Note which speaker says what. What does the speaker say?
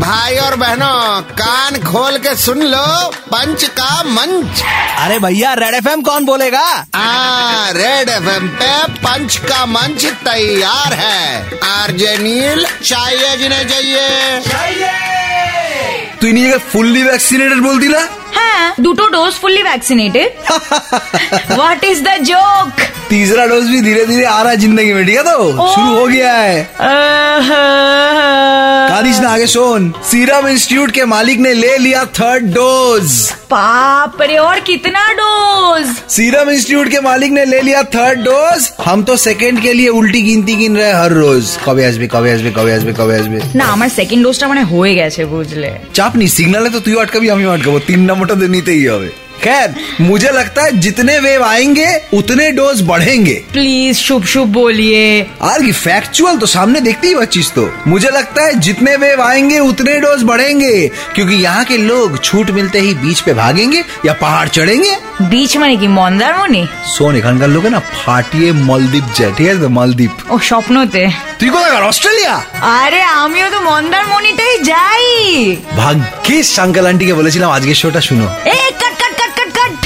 Speaker 1: भाई और बहनों कान खोल के सुन लो पंच का मंच
Speaker 2: अरे भैया रेड एफ कौन बोलेगा
Speaker 1: आ, हाँ, रेड एफ पे पंच का मंच तैयार है आरजे नील चाहिए जिन्हें चाहिए
Speaker 3: তুই নিজেকে ফুললি ভ্যাকসিনেটেড বলতি না
Speaker 4: হ্যাঁ দুটো dose fully vaccinated what is the joke
Speaker 3: तीसरा डोज भी धीरे धीरे आ रहा है जिंदगी में ठीक है तो शुरू हो गया है
Speaker 4: हाँ।
Speaker 3: कादिश ना आगे सोन सीरम इंस्टीट्यूट के मालिक ने ले लिया थर्ड डोज
Speaker 4: बाप रे और कितना डोज
Speaker 3: सीरम इंस्टीट्यूट के मालिक ने ले लिया थर्ड डोज हम तो सेकंड के लिए उल्टी गिनती गिन रहे हैं हर रोज कभी আসবে কবে আসবে কবে আসবে কবে আসবে
Speaker 4: না আমার সেকেন্ড ডোজটা মানে হয়ে গেছে বুঝলে
Speaker 3: চাপ নেই সিগনালে তো তুই আটকাবি আমি আটকাবো তিন নম্বরটা তো নিতেই হবে खैर मुझे लगता है जितने वेव आएंगे उतने डोज बढ़ेंगे
Speaker 4: প্লিজ শুভ শুভ বলিয়ে
Speaker 3: आर की फैक्चुअल तो सामने देखती ही बच्चीस तो मुझे लगता है जितने वेव आएंगे उतने डोज बढ़ेंगे क्योंकि यहाँ के लोग छूट मिलते ही बीच पे भागेंगे या पहाड़ चढ़ेंगे
Speaker 4: बीच মানে কি মন্দারমণি
Speaker 3: सोन এখানকার লোকে না ফাটিয়ে মলদ্বীপ যায় ঠিক আছে তো মালদ্বীপ
Speaker 4: ও স্বপ্নতে
Speaker 3: তুই কোথাকার অস্ট্রেলিয়া
Speaker 4: আরে আমিও তো মন্দারমণিটাই যাই
Speaker 3: ভাগ্যিস শঙ্কল আন্টিকে বলেছিলাম আজকের শোটা শুনো
Speaker 4: এ কাট কাট কাট কাট কাট